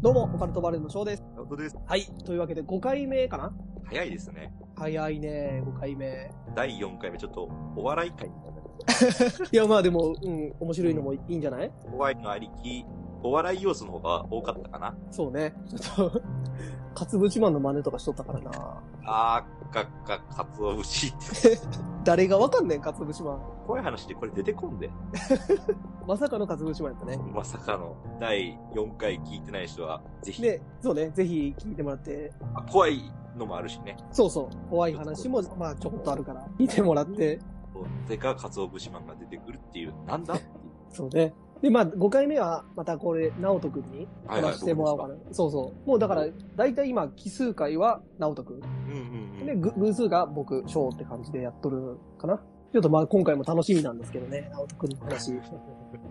どうも、オカルトバレーの翔です。直人です。はい。というわけで、5回目かな早いですね。早いね、5回目。第4回目、ちょっとお笑い会みたいな。いや、まあでも、うん、面白いのもいいんじゃない怖いのありき、お笑い要素の方が多かったかな。そうね。ちょっと、 かつぶちマンの真似とかしとったからな。あー、かっか、かつお節って。 誰がわかんねん、かつぶちマン。怖い話でこれ出てこんで。まさかのかつぶちマンやったね。まさかの第4回聞いてない人は、ぜひ、で、そうね、ぜひ聞いてもらって、あ怖いのもあるしね。そうそう、怖い話も、まあちょこっとあるから、聞いてもらって、でか、かつお節マンが出てくるっていう、なんだって いう。そうね。で、まあ5回目は、またこれ、直人くんに話してもらおうかな。そうそう。もうだから、だいたい今、奇数回は直人くん。僕ですかうんうんうで、ん。ぐ偶数が僕、翔って感じでやっとるかな。ちょっとまあ今回も楽しみなんですけどね、直人くんの話。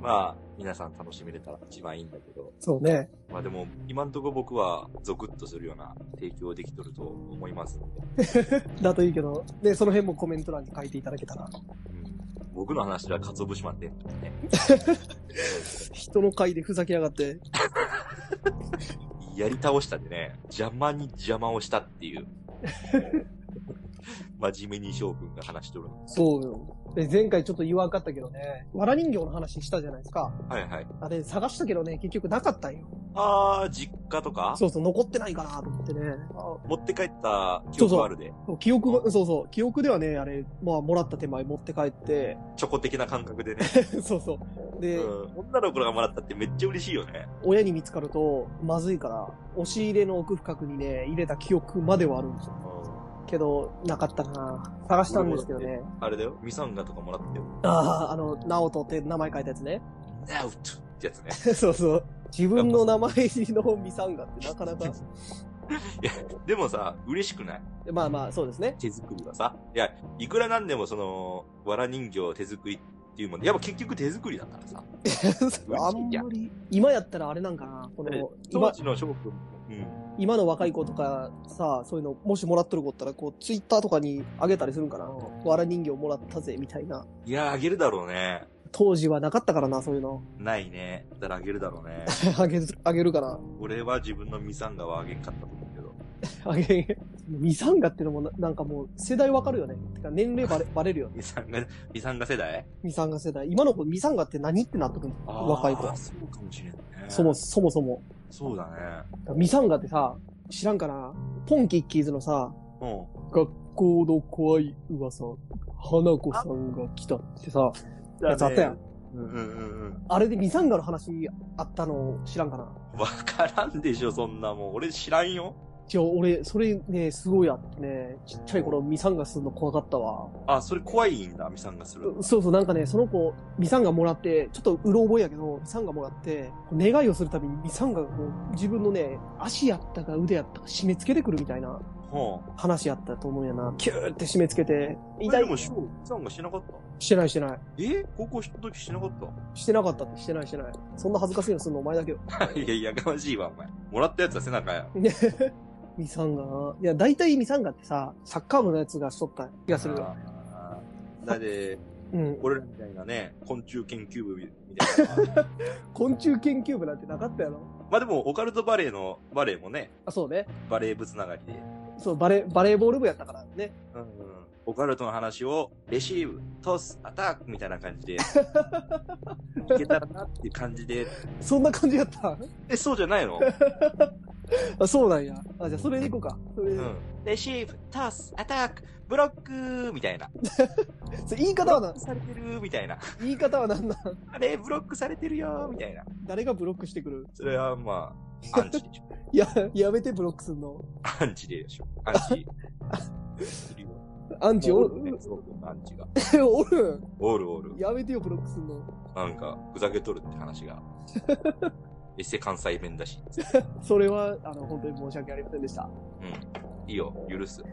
まあ、皆さん楽しめれたら一番いいんだけど。そうね。まあでも、今んとこ僕は、ゾクッとするような提供できとると思いますんで。だといいけど、で、その辺もコメント欄に書いていただけたら。僕の話では鰹節マンで、ね、人の回でふざけやがって。やり倒したんでね、邪魔に邪魔をしたっ ていう。真面目に将軍が話しとるの。そうよ。で、前回ちょっと言わんかったけどね、わら人形の話したじゃないですか。はいはい。あれ、探したけどね、結局なかったんよ。あー、実家とかそうそう、残ってないかなと思ってね。あ持って帰った記憶あるで、記憶が、そうそう、記憶ではね、あれ、まあ、もらった手前持って帰って、 チョコ的な感覚でね。そうそう。うで、ん。女の子がもらったってめっちゃ嬉しいよね。親に見つかると、まずいから、押し入れの奥深くにね、入れた記憶まではあるんですよ。うん。けど、なかったな探したんですけどね。あれだよ、ミサンガとかもらったよ。ああ、あの、ナオトって名前書いたやつね。 ナウトってやつね。そうそう。自分の名前のミサンガってなかな か。でもさ、嬉しくないまあまあ、そうですね。手作りはさ。いや、いくらなんでもその、わら人形手作りっていうもんで、やっぱ結局手作りだから さ。あんまり、今やったらあれなんかな。この、当今、時の翔くんも、うん。今の若い子とかさ、そういうの、もしもらっとる子ったら、こう、ツイッターとかにあげたりするんかな。わら人形もらったぜ、みたいな。いやー、あげるだろうね。当時はなかったからな、そういうの。 ないね。だからあげるだろうね。あげる、あげるから。俺は自分のミサンガはあげんかったと思うけど。あげ、ミサンガってのもな、なんかもう、世代わかるよね。てか、年齢バレ、バレるよね。ミサンガ、ミサンガ世代ミサンガ世代。今の子、ミサンガって何ってなってくる若い子あー。そうかもしれんね。そも、そもそも。そうだね。ミサンガってさ、知らんかなポンキッキーズのさ、う学校の怖い噂、花子さんが来たってさ、ん。やつあったやん。。うんうんうんうん。あれでミサンガの話あったの知らんかなわからんでしょ、そんなもん。俺知らんよ。じゃあ俺、それね、すごいあってね、ちっちゃい頃ミサンガするの怖かったわ。あ、それ怖いんだ、ミサンガするの。そうそう、なんかね、その子、ミサンガもらって、ちょっとうろ覚えやけど、ミサンガもらって、願いをするたびにミサンガがこう、自分のね、足やったか腕やったか締め付けてくるみたいなほ話やったと思うんやな。キューって締め付けて、う。痛でいも、。翔ミサンガしなかった。してないしてない。え高校知った時しなかっしてなかったって、してないしてない。そんな恥ずかしいのするのお前だけよ。 た。 いやいや、やかましいわ、お前。もらったやつは背中や。ミサンガな。いや、大体ミサンガってさ、サッカー部のやつがしとった気がするよ。あーだって、うん。俺らみたいなね、昆虫研究部みたいな のは。昆虫研究部なんてなかったやろ。まあでも、オカルトバレーの、バレーもね、あ、そうね。バレー部つながりで、そう、バレ、バレーボール部やったからね。うんうん、オカルトの話を、レシーブ、トス、アタックみたいな感 じで、いけたらなっていう感じで、そんな感じやった。え、そうじゃないのあ、そうなんや。あ、じゃあそれでいこうか。それでうん。レシーブ、トス、アタック、ブロックみたいな。それ言いブ方ロはッなク、されてるみたいな。言い方はなんなんあれ、ブロックされてるよみたいな。誰がブロックしてくるそれはま あ、アンチでしょ。いや、やめてブロックすんの。 アンチでしょ。アンチ。するよアンチおおるる、ね、すごくアンチが。え おるおるおる。やめてよ、ブロックすんの。なんか、ふざけとるって話が。エセ関西弁だし。それは、あの、本当に申し訳ありませんでした。うん。いいよ、許す。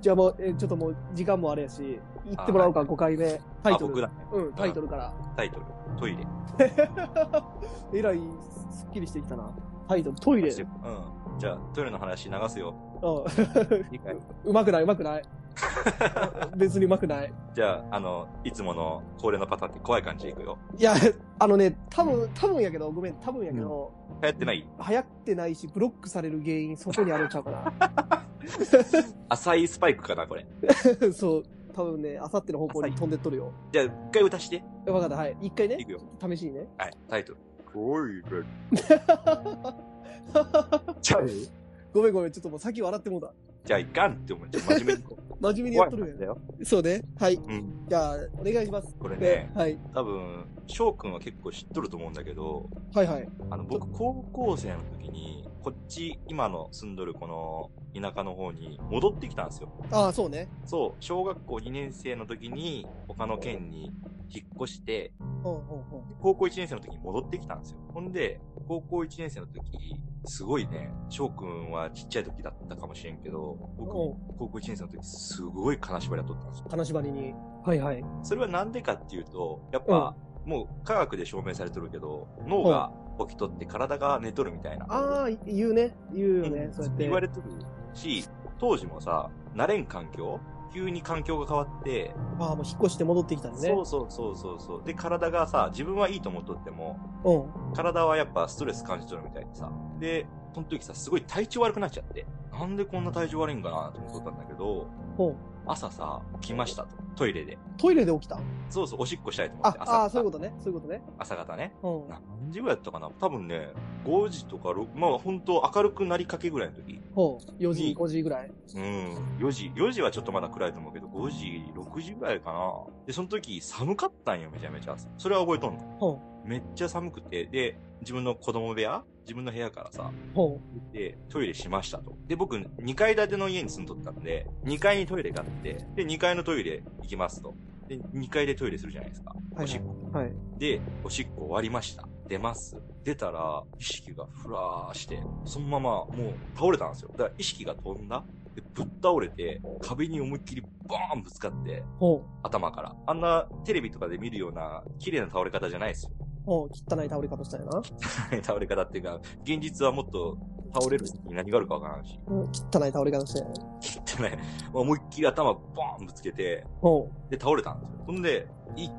じゃあもう、えーちょっともう、時間もあれやし、行ってもらおうか、5回目。タイあ、ト僕ル。らね、うん、タイトルから。 タイトル、トイレ。えらい、すっきりしてきたな。タイトル、トイレ。ううん。じゃあ、トイレの話流すんよ。いいかいうまくない、うまくない。別にうまくない。じゃあ、あの、いつもの恒例のパターンって怖い感じでいくよ。いや、あのね、多分、多分やけど、ごめん、多分やけど、流行ってない流行ってないし、ブロックされる原因、そこにあるんちゃうか な。浅いスパイクかな、これ。そう、多分ね、あさっての方向に飛んでっとるよ。じゃあ、一回歌して。わかった、はい。一回いねく、よ。試しにね。 はい、タイトル。トイレ。じゃあ、ごめんごめん、ちょっともう先笑ってもうた。じゃあ、いかんって思っちゃう。真面目に。真面目にやっ怖いとる感じよね。だよ。そうね。はい。うん。じゃあ、お願いします。これね、はい。多分、翔くんは結構知っとると思うんだけど、はいはい。あの、僕、高校生の時に、こっち、今の住んどるこの田舎の方に戻ってきたんですよ。ああ、そうね。そう、小学校2年生の時に、他の県に引っ越して、うんうんうん。高校1年生の時に戻ってきたんですよ。ほんで、高校1年生の時、すごいね、翔くんはちっちゃい時だったかもしれんけど、僕、う高校1年生の時、すごい金縛りを取ったんですよ。金縛りに。はいはい。それはなんでかっていうと、やっぱ、もう科学で証明されてるけど、脳が起きとって体が寝とるみたいな。ああ、言うね。言うよね。うんそうやって。言われてるし、当時もさ、慣れん環境急に環境が変わって、ああ、もう引っ越して戻ってきたんね。そうそうそうそうそう。で、体がさ、自分はいいと思っとっても、うん。体はやっぱストレス感じとるみたいでさ。で、その時さ、すごい体調悪くなっちゃって、なんでこんな体調悪いんかなと思っとったんだけど、ほう朝さ、来ましたと。トイレで。トイレで起きたそうそう、おしっこしたいと思っあて、、あ朝あ、そういう方ことね。そういうことね。朝方ね。うん。何時ぐらいだったかな多分ね、5時とか6、まあ本当明るくなりかけぐらいの時。ほう。4時に、 5時ぐらい。うん。4時、4時はちょっとまだ暗いと思うけど、5時、6時ぐらいかな。で、その時寒かったんよ、めちゃめちゃ。それは覚えとんほの。めっちゃ寒くて、で、自分の子供部屋自分の部屋からさ、ほで、トイレしましたと。で、僕、2階建ての家に住んどったんで、2階にトイレがあって、で、2階のトイレ行きますと。で、2階でトイレするじゃないですか。う。はおしっいこ。はい。はい。で、おしっこ終わりました。出ます。出たら、意識がふらーして、そのままもう倒れたんですよ。だから意識が飛んだ。で、ぶっ倒れて、壁に思いっきりバーンぶつかって、ほ頭から。あんなテレビとかで見るような綺麗な倒れ方じゃないですよ。う。ほう。汚い倒れ方したよな。倒れ方っていうか、現実はもっと倒れるに何があるかわからんし。うん。汚い倒れ方したよね。切ってね、思いっきり頭バーンぶつけて、ほで、倒れたんですよ。ほんで、いって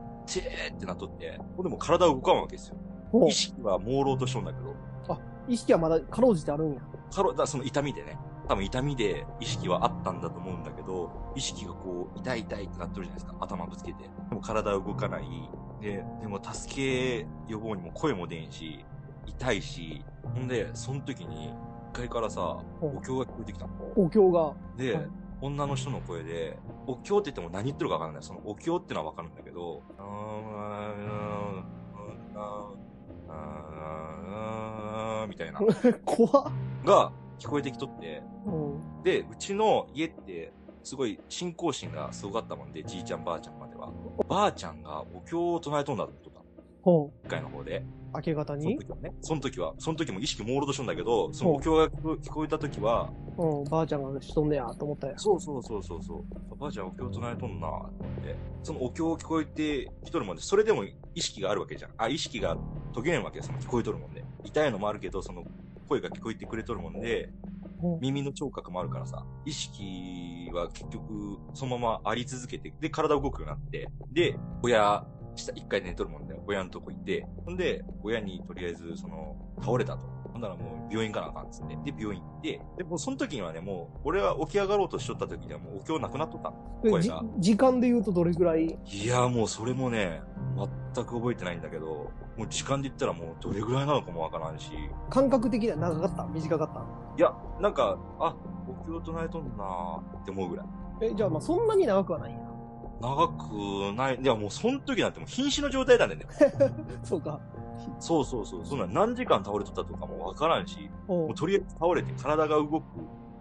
ーってなっとって、ほんでもう体動かんわけですよ。う。ほう意。識は朦朧としとんだけど、意識はまだかろうじてあるんや。かろだその痛みでね、多分痛みで意識はあったんだと思うんだけど、意識がこう、痛い痛いってなってるじゃないですか。頭ぶつけて。でも体は動かない。で、でも助け予防にも声も出んし、痛いし、ほんで、その時に、1階からさ、うんお経が聞こえてきたの。お経が。で、はい女の人の声で、お経って言っても何言ってるかわからない。そのお経ってのはわかるんだけど、あーあーあーあーあーあーみたいな、怖っ。が聞こえてきとって、うん。で、うちの家って、すごい信仰心がすごかったもんで、じいちゃんばあちゃんまでは。ばあちゃんがお経を唱えとんだってことだ。ほう。一回の方で。明け方そのに時はね。その時は、その時も意識朦朧としとんだけど、そのお経が聞こえた時は、うん。ばあちゃんがしとんねや、と思ったや。そうそうそうそうそう。おばあちゃんお経唱えとんなと思って。そのお経聞こえてきとるもんで、それでも意識があるわけじゃん。あ、意識が途切れんわけその聞こえとるもんで。痛いのもあるけど、その声が聞こえてくれとるもんで、うん耳の聴覚もあるからさ、意識は結局そのままあり続けて、で、体動くようになって、で、親、下一回寝とるもんで、親のとこ行って、ほんで、親にとりあえず、その、倒れたと。ほんならもう病院行かなあかんっつって。で、病院行って、で、もうその時にはね、もう、俺は起き上がろうとしとった時にはもうお経なくなっとったの。で声じが時間で言うとどれぐらいいや、もうそれもね、全く覚えてないんだけど、もう時間で言ったらもうどれぐらいなのかもわからんし、感覚的には長かった短かったいや、なんか、あ、お経唱えとんなーって思うぐらい。え、じゃあまあそんなに長くはないんや。長くない、いやもうその時なんてもう瀕死の状態だね。そうか。そうそうそう、そんな何時間倒れとったとかもわからんし、ほもうとりあえず倒れて体が動く、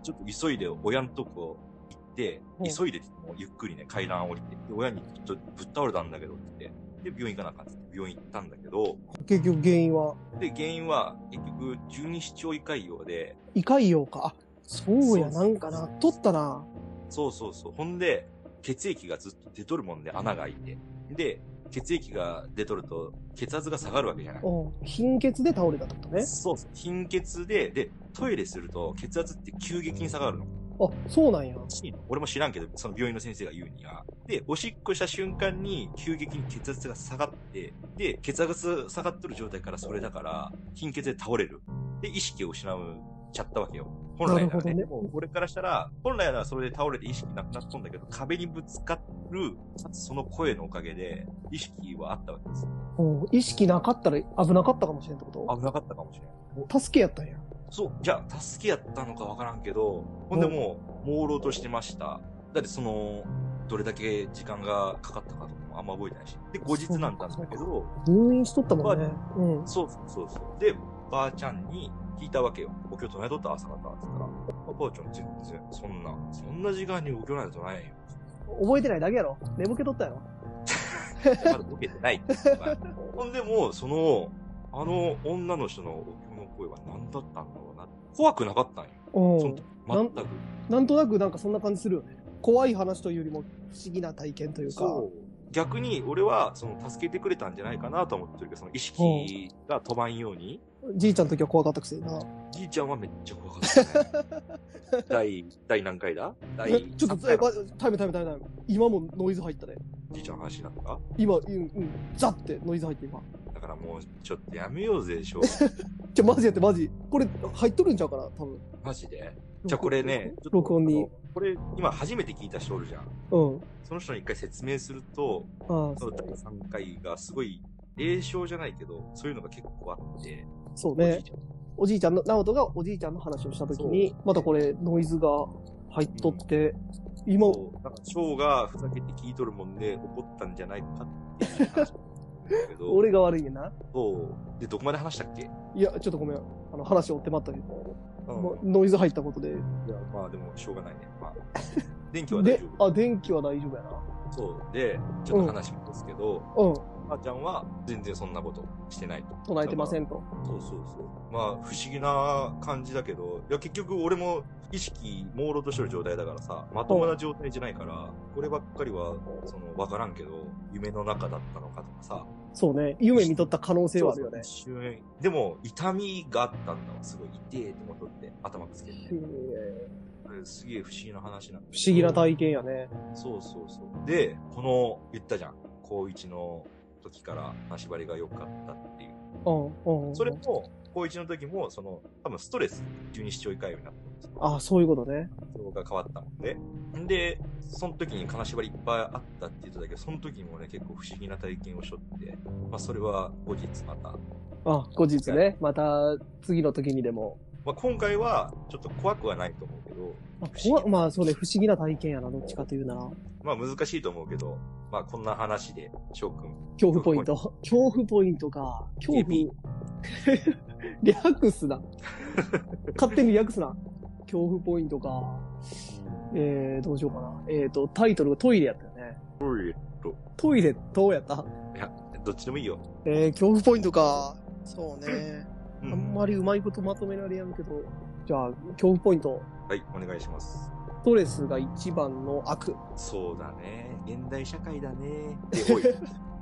ちょっと急いで親のとこ行っって、うん急いでもうゆっくりね、階段降りて、で親にちょっとぶっ倒れたんだけどって言って、で、病院行かなあかんって言って病院行ったんだけど、結局原因は、で、原因は結局、十二指腸胃潰瘍で、胃潰瘍か。あ、そうそや、うなんかな、取ったな。そうそうそう。ほんで、血液がずっと出とるもんで穴が開いて。で、血液が出とると血圧が下がるわけじゃない。うん。貧血で倒れたってことね。そうそう。貧血で、で、トイレすると血圧って急激に下がるの。あ、そうなんや。俺も知らんけど、その病院の先生が言うには。で、おしっこした瞬間に急激に血圧が下がって、で、血圧下がっとる状態からそれだから、貧血で倒れる。で、意識を失う。ちゃったわけよ。本来ならね、なるほどねもう俺からしたら、本来ならそれで倒れて意識なくなっとんだけど、壁にぶつかる、その声のおかげで、意識はあったわけです。うん。意識なかったら危なかったかもしれんってこ危なかったかもしれない。と助けやったんや。そう、じゃあ、助けやったのかわからんけど、ほんでもう、朦朧としてました。だってその、どれだけ時間がかかったかとかもあんま覚えてないし。で、後日なんだったけど、入院しとったもんね。うん。そうそうそうそう。で、ばあちゃんに聞いたわけよ。お経唱えとった朝方って言ったら、あばあちゃん全然、そんな、そんな時間にお経なんて唱えんよ。覚えてないだけやろ。眠気とったやろ。まだボケてないっていうのがほんでもう、その、あの女の人のお経の声は何だったんだろうな。怖くなかったんよ。うそのん時。なん全く。なんとなくなんかそんな感じするよね。怖い話というよりも不思議な体験というか。そう。逆に俺は、その、助けてくれたんじゃないかなと思ってるけど、その意識が飛ばんように、じいちゃんの時は怖かったくせにな。じいちゃんはめっちゃ怖かった、 ね。第、第何回だ第えちょっ三と、え、回だばタイムタイムタイムタイム。今もノイズ入ったね。じいちゃんの話になった今、うん、うん、ザってノイズ入って今。だからもう、ちょっとやめようぜ、でしょ。ちょ、マジやってマジ。これ入っとるんちゃうかな、多分。マジで。じゃあこれね、ちょっと録音に。これ、今初めて聞いた人おるじゃん。うん。その人に一回説明すると、ああそ、の第3回がすごい、霊障じゃないけど、そういうのが結構あって、そうおじねい。ちゃんおじいちゃんの、ナオトがおじいちゃんの話をした時に、またこれノイズが入っとって、今、そうなんか、ショーがふざけて聞いとるもんで怒ったんじゃないかっていう話だけ ど、俺が悪いねんな。そう。で、どこまで話したっけいや、ちょっとごめん。あの、話を追ってまったけど、うん。まノイズ入ったことで。いやまあでも、しょうがないね。ま あ、電気は大で丈、夫。あ、電気は大丈夫やな。そう。で、ちょっと話もですけど、うん。ばあちゃんは全然そんなことしてないと。唱えてません。んと。そうそうそう。まあ、不思議な感じだけど、いや、結局俺も意識朦朧としてる状態だからさ、まともな状態じゃないから、こればっかりは、その、わからんけど、夢の中だったのかとかさ、そうね。夢見とった可能性はあるよね。そうそう一瞬でも、痛みがあったんだわ。すごい痛えって戻って、頭ぶつけて。へえすげえ不思議な話なんだ不思議な体験やね。そうそうそう。で、この、言ったじゃん。高一の時から、まあ縛りが良かったっていう。うん、うん。それも、高一の時も、その、多分ストレス、十二指腸胃潰瘍になったんですよ。あ、そういうことね。そが変わったもんで。んで、その時に金縛りいっぱいあったって言っただけど、その時もね、結構不思議な体験をしとって、まあそれは後日またあ、後日ね。また、次の時にでも。まあ、今回はちょっと怖くはないと思うけど、あ不思議怖まあ、そうね。不思議な体験やな。どっちかというなら。まあ難しいと思うけど、まあこんな話で、翔くん。恐怖ポイント。恐怖ポイントか。恐怖。 リャク スだ。勝手にリャクスな。恐怖ポイントか。えー、どうしようかな。えーと、タイトルがトイレやったよね。トイレット。トイレどうやったいや、どっちでもいいよ。えー、恐怖ポイントか。そうね。うあんん。まりうまいことまとめられやんけど。じゃあ、恐怖ポイント。はい、お願いします。ストレスが一番の悪。そうだね。現代社会だね。で、お い。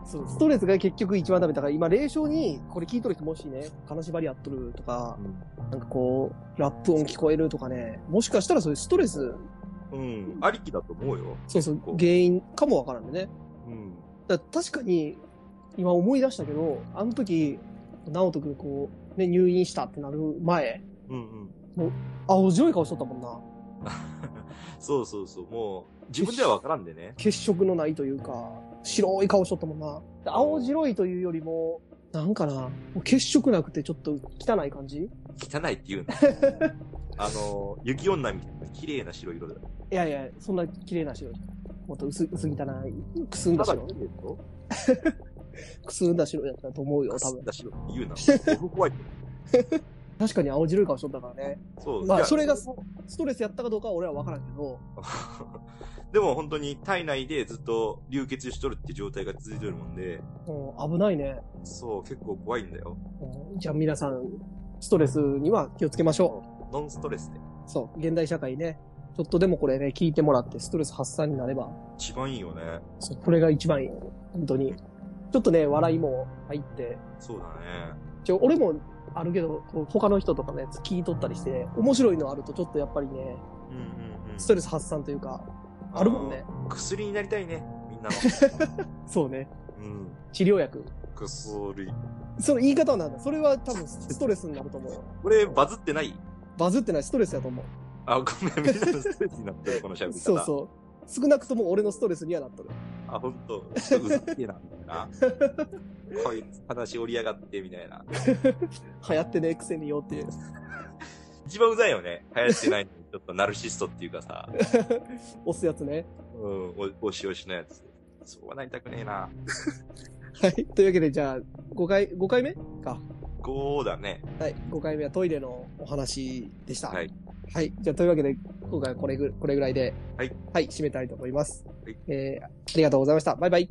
そうストレスが結局一番ダメだから、今、霊障に、これ聞いとる人もしね、金縛りやっとるとか、なんかこう、ラップ音聞こえるとかね、もしかしたらそういうストレス、うん。ありきだと思うよ。そうそうこ、う原因かもわからんでね。うん。だから確かに、今思い出したけど、あの時、直人くんこう、ね、入院したってなる前、うんうん。青白い顔しとったもんな。そうそうそう。もう、自分ではわからんでね。血色のないというか、白い顔しとったもんな。で青白いというよりも、なんかな、もう血色なくてちょっと汚い感じ汚いって言う な。あの、雪女みたいな綺麗な白色だ。いやいや、そんな綺麗な白じゃん。もっと薄薄汚い、くすんだ白。綺麗だよ。くすんだ白やったと思うよ、多分。だ白って言うな。オフホワイト。確かに青白い顔しとったからね。そう。まいあ、やそれがスストレスやったかどうかは俺は分からんけど、でも本当に体内でずっと流血しとるって状態が続いてるもんで、うん、危ないね、そう、結構怖いんだよ。うんじゃあ皆さん、ストレスには気をつけましょノンストレスで。う。そう、現代社会ね。ちょっとでもこれね、聞いてもらって、ストレス発散になれば、一番いいよね。そうこれが一番いい。本当に。ちょっとね、笑いも入って、そうだね。ちょ、俺もあるけど、こう他の人とかのやつ聞いとったりして、面白いのあるとちょっとやっぱりね、うんうんうんストレス発散というか、あるもんね。薬になりたいね、み んなの。そうね。うん。治療薬。薬。その言い方はなんだそれは多分ストレスになると思うよ。これ、バズってないバズってないストレスやと思う。あ、ごめん、みんな のストレスになってる、この喋り方。そうそう。少なくとも俺のストレスにはなっとる。あ、ほんと、ちょっとうざっけえな、みた いな。こいつ、話折りやがって、みたいな。流行ってねえくせによっていう。一番うざいよね。流行ってないのに、ちょっとナルシストっていうかさ、押すやつね。うん、お、おしおしのやつ。そうはなりたくねえな。はい。というわけで、じゃあ、5回、5回目か。こうだね。はい。5回目はトイレのお話でした。はい。はい。じゃあ、というわけで、今回はこれぐこれぐらいで、はい。はい、締めたいと思います。はい。えー、ありがとうございました。バイバイ。